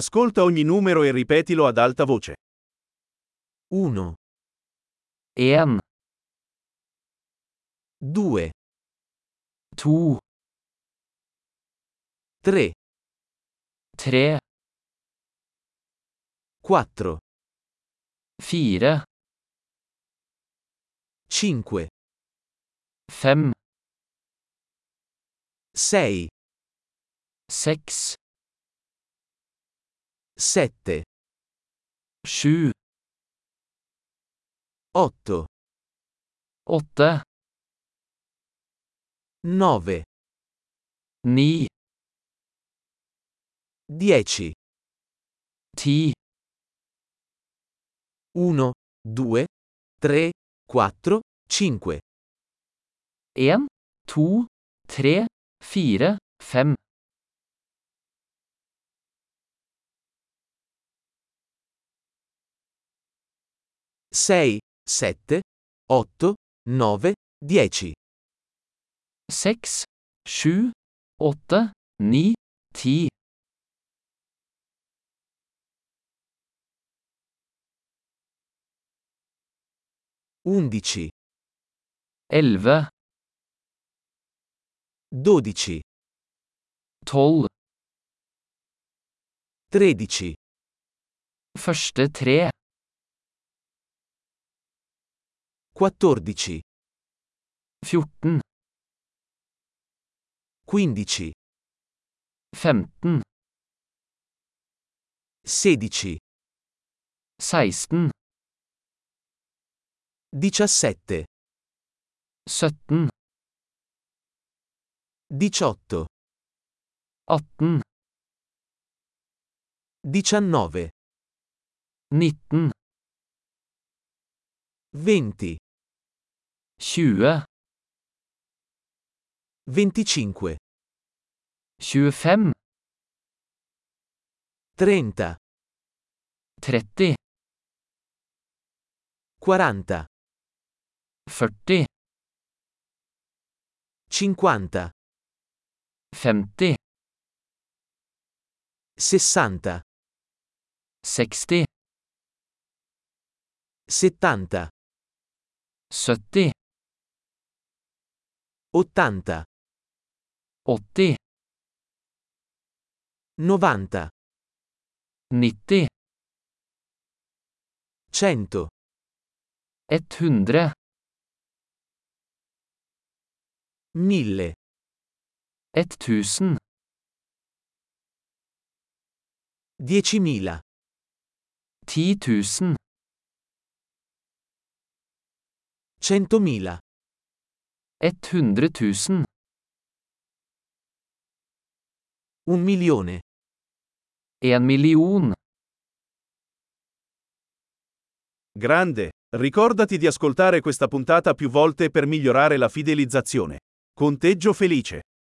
Ascolta ogni numero e ripetilo ad alta voce. 1, En, 2, to, 3, tre, 4, fire, 5, fem, 6, seks, 7, sju, 8, åtte, 9, ni, 10, ti, 1, 2, 3, 4, 5, en, to, tre, fire, fem, 6, 7, 8, 9, 10, seks, sju, åtte, ni, ti, 11, elleve, 12, tolv, 13, første tre, 14, fjorten, 15, femten, 16, seksten, 17, sytten, 18, atten, 19, nitten, 20, tjue, 25, tjuefem, 30, tretti, 40, førti, 50, femti, 60, seksti, 70, sytti, 80, åtti, 90, nitti, 100, ett hundre, 1000, ett tusen, 10.000, ti tusen, 100.000, ett hundre tusen, 1 milione, en million. Grande, ricordati di ascoltare questa puntata più volte per migliorare la fidelizzazione. Conteggio felice.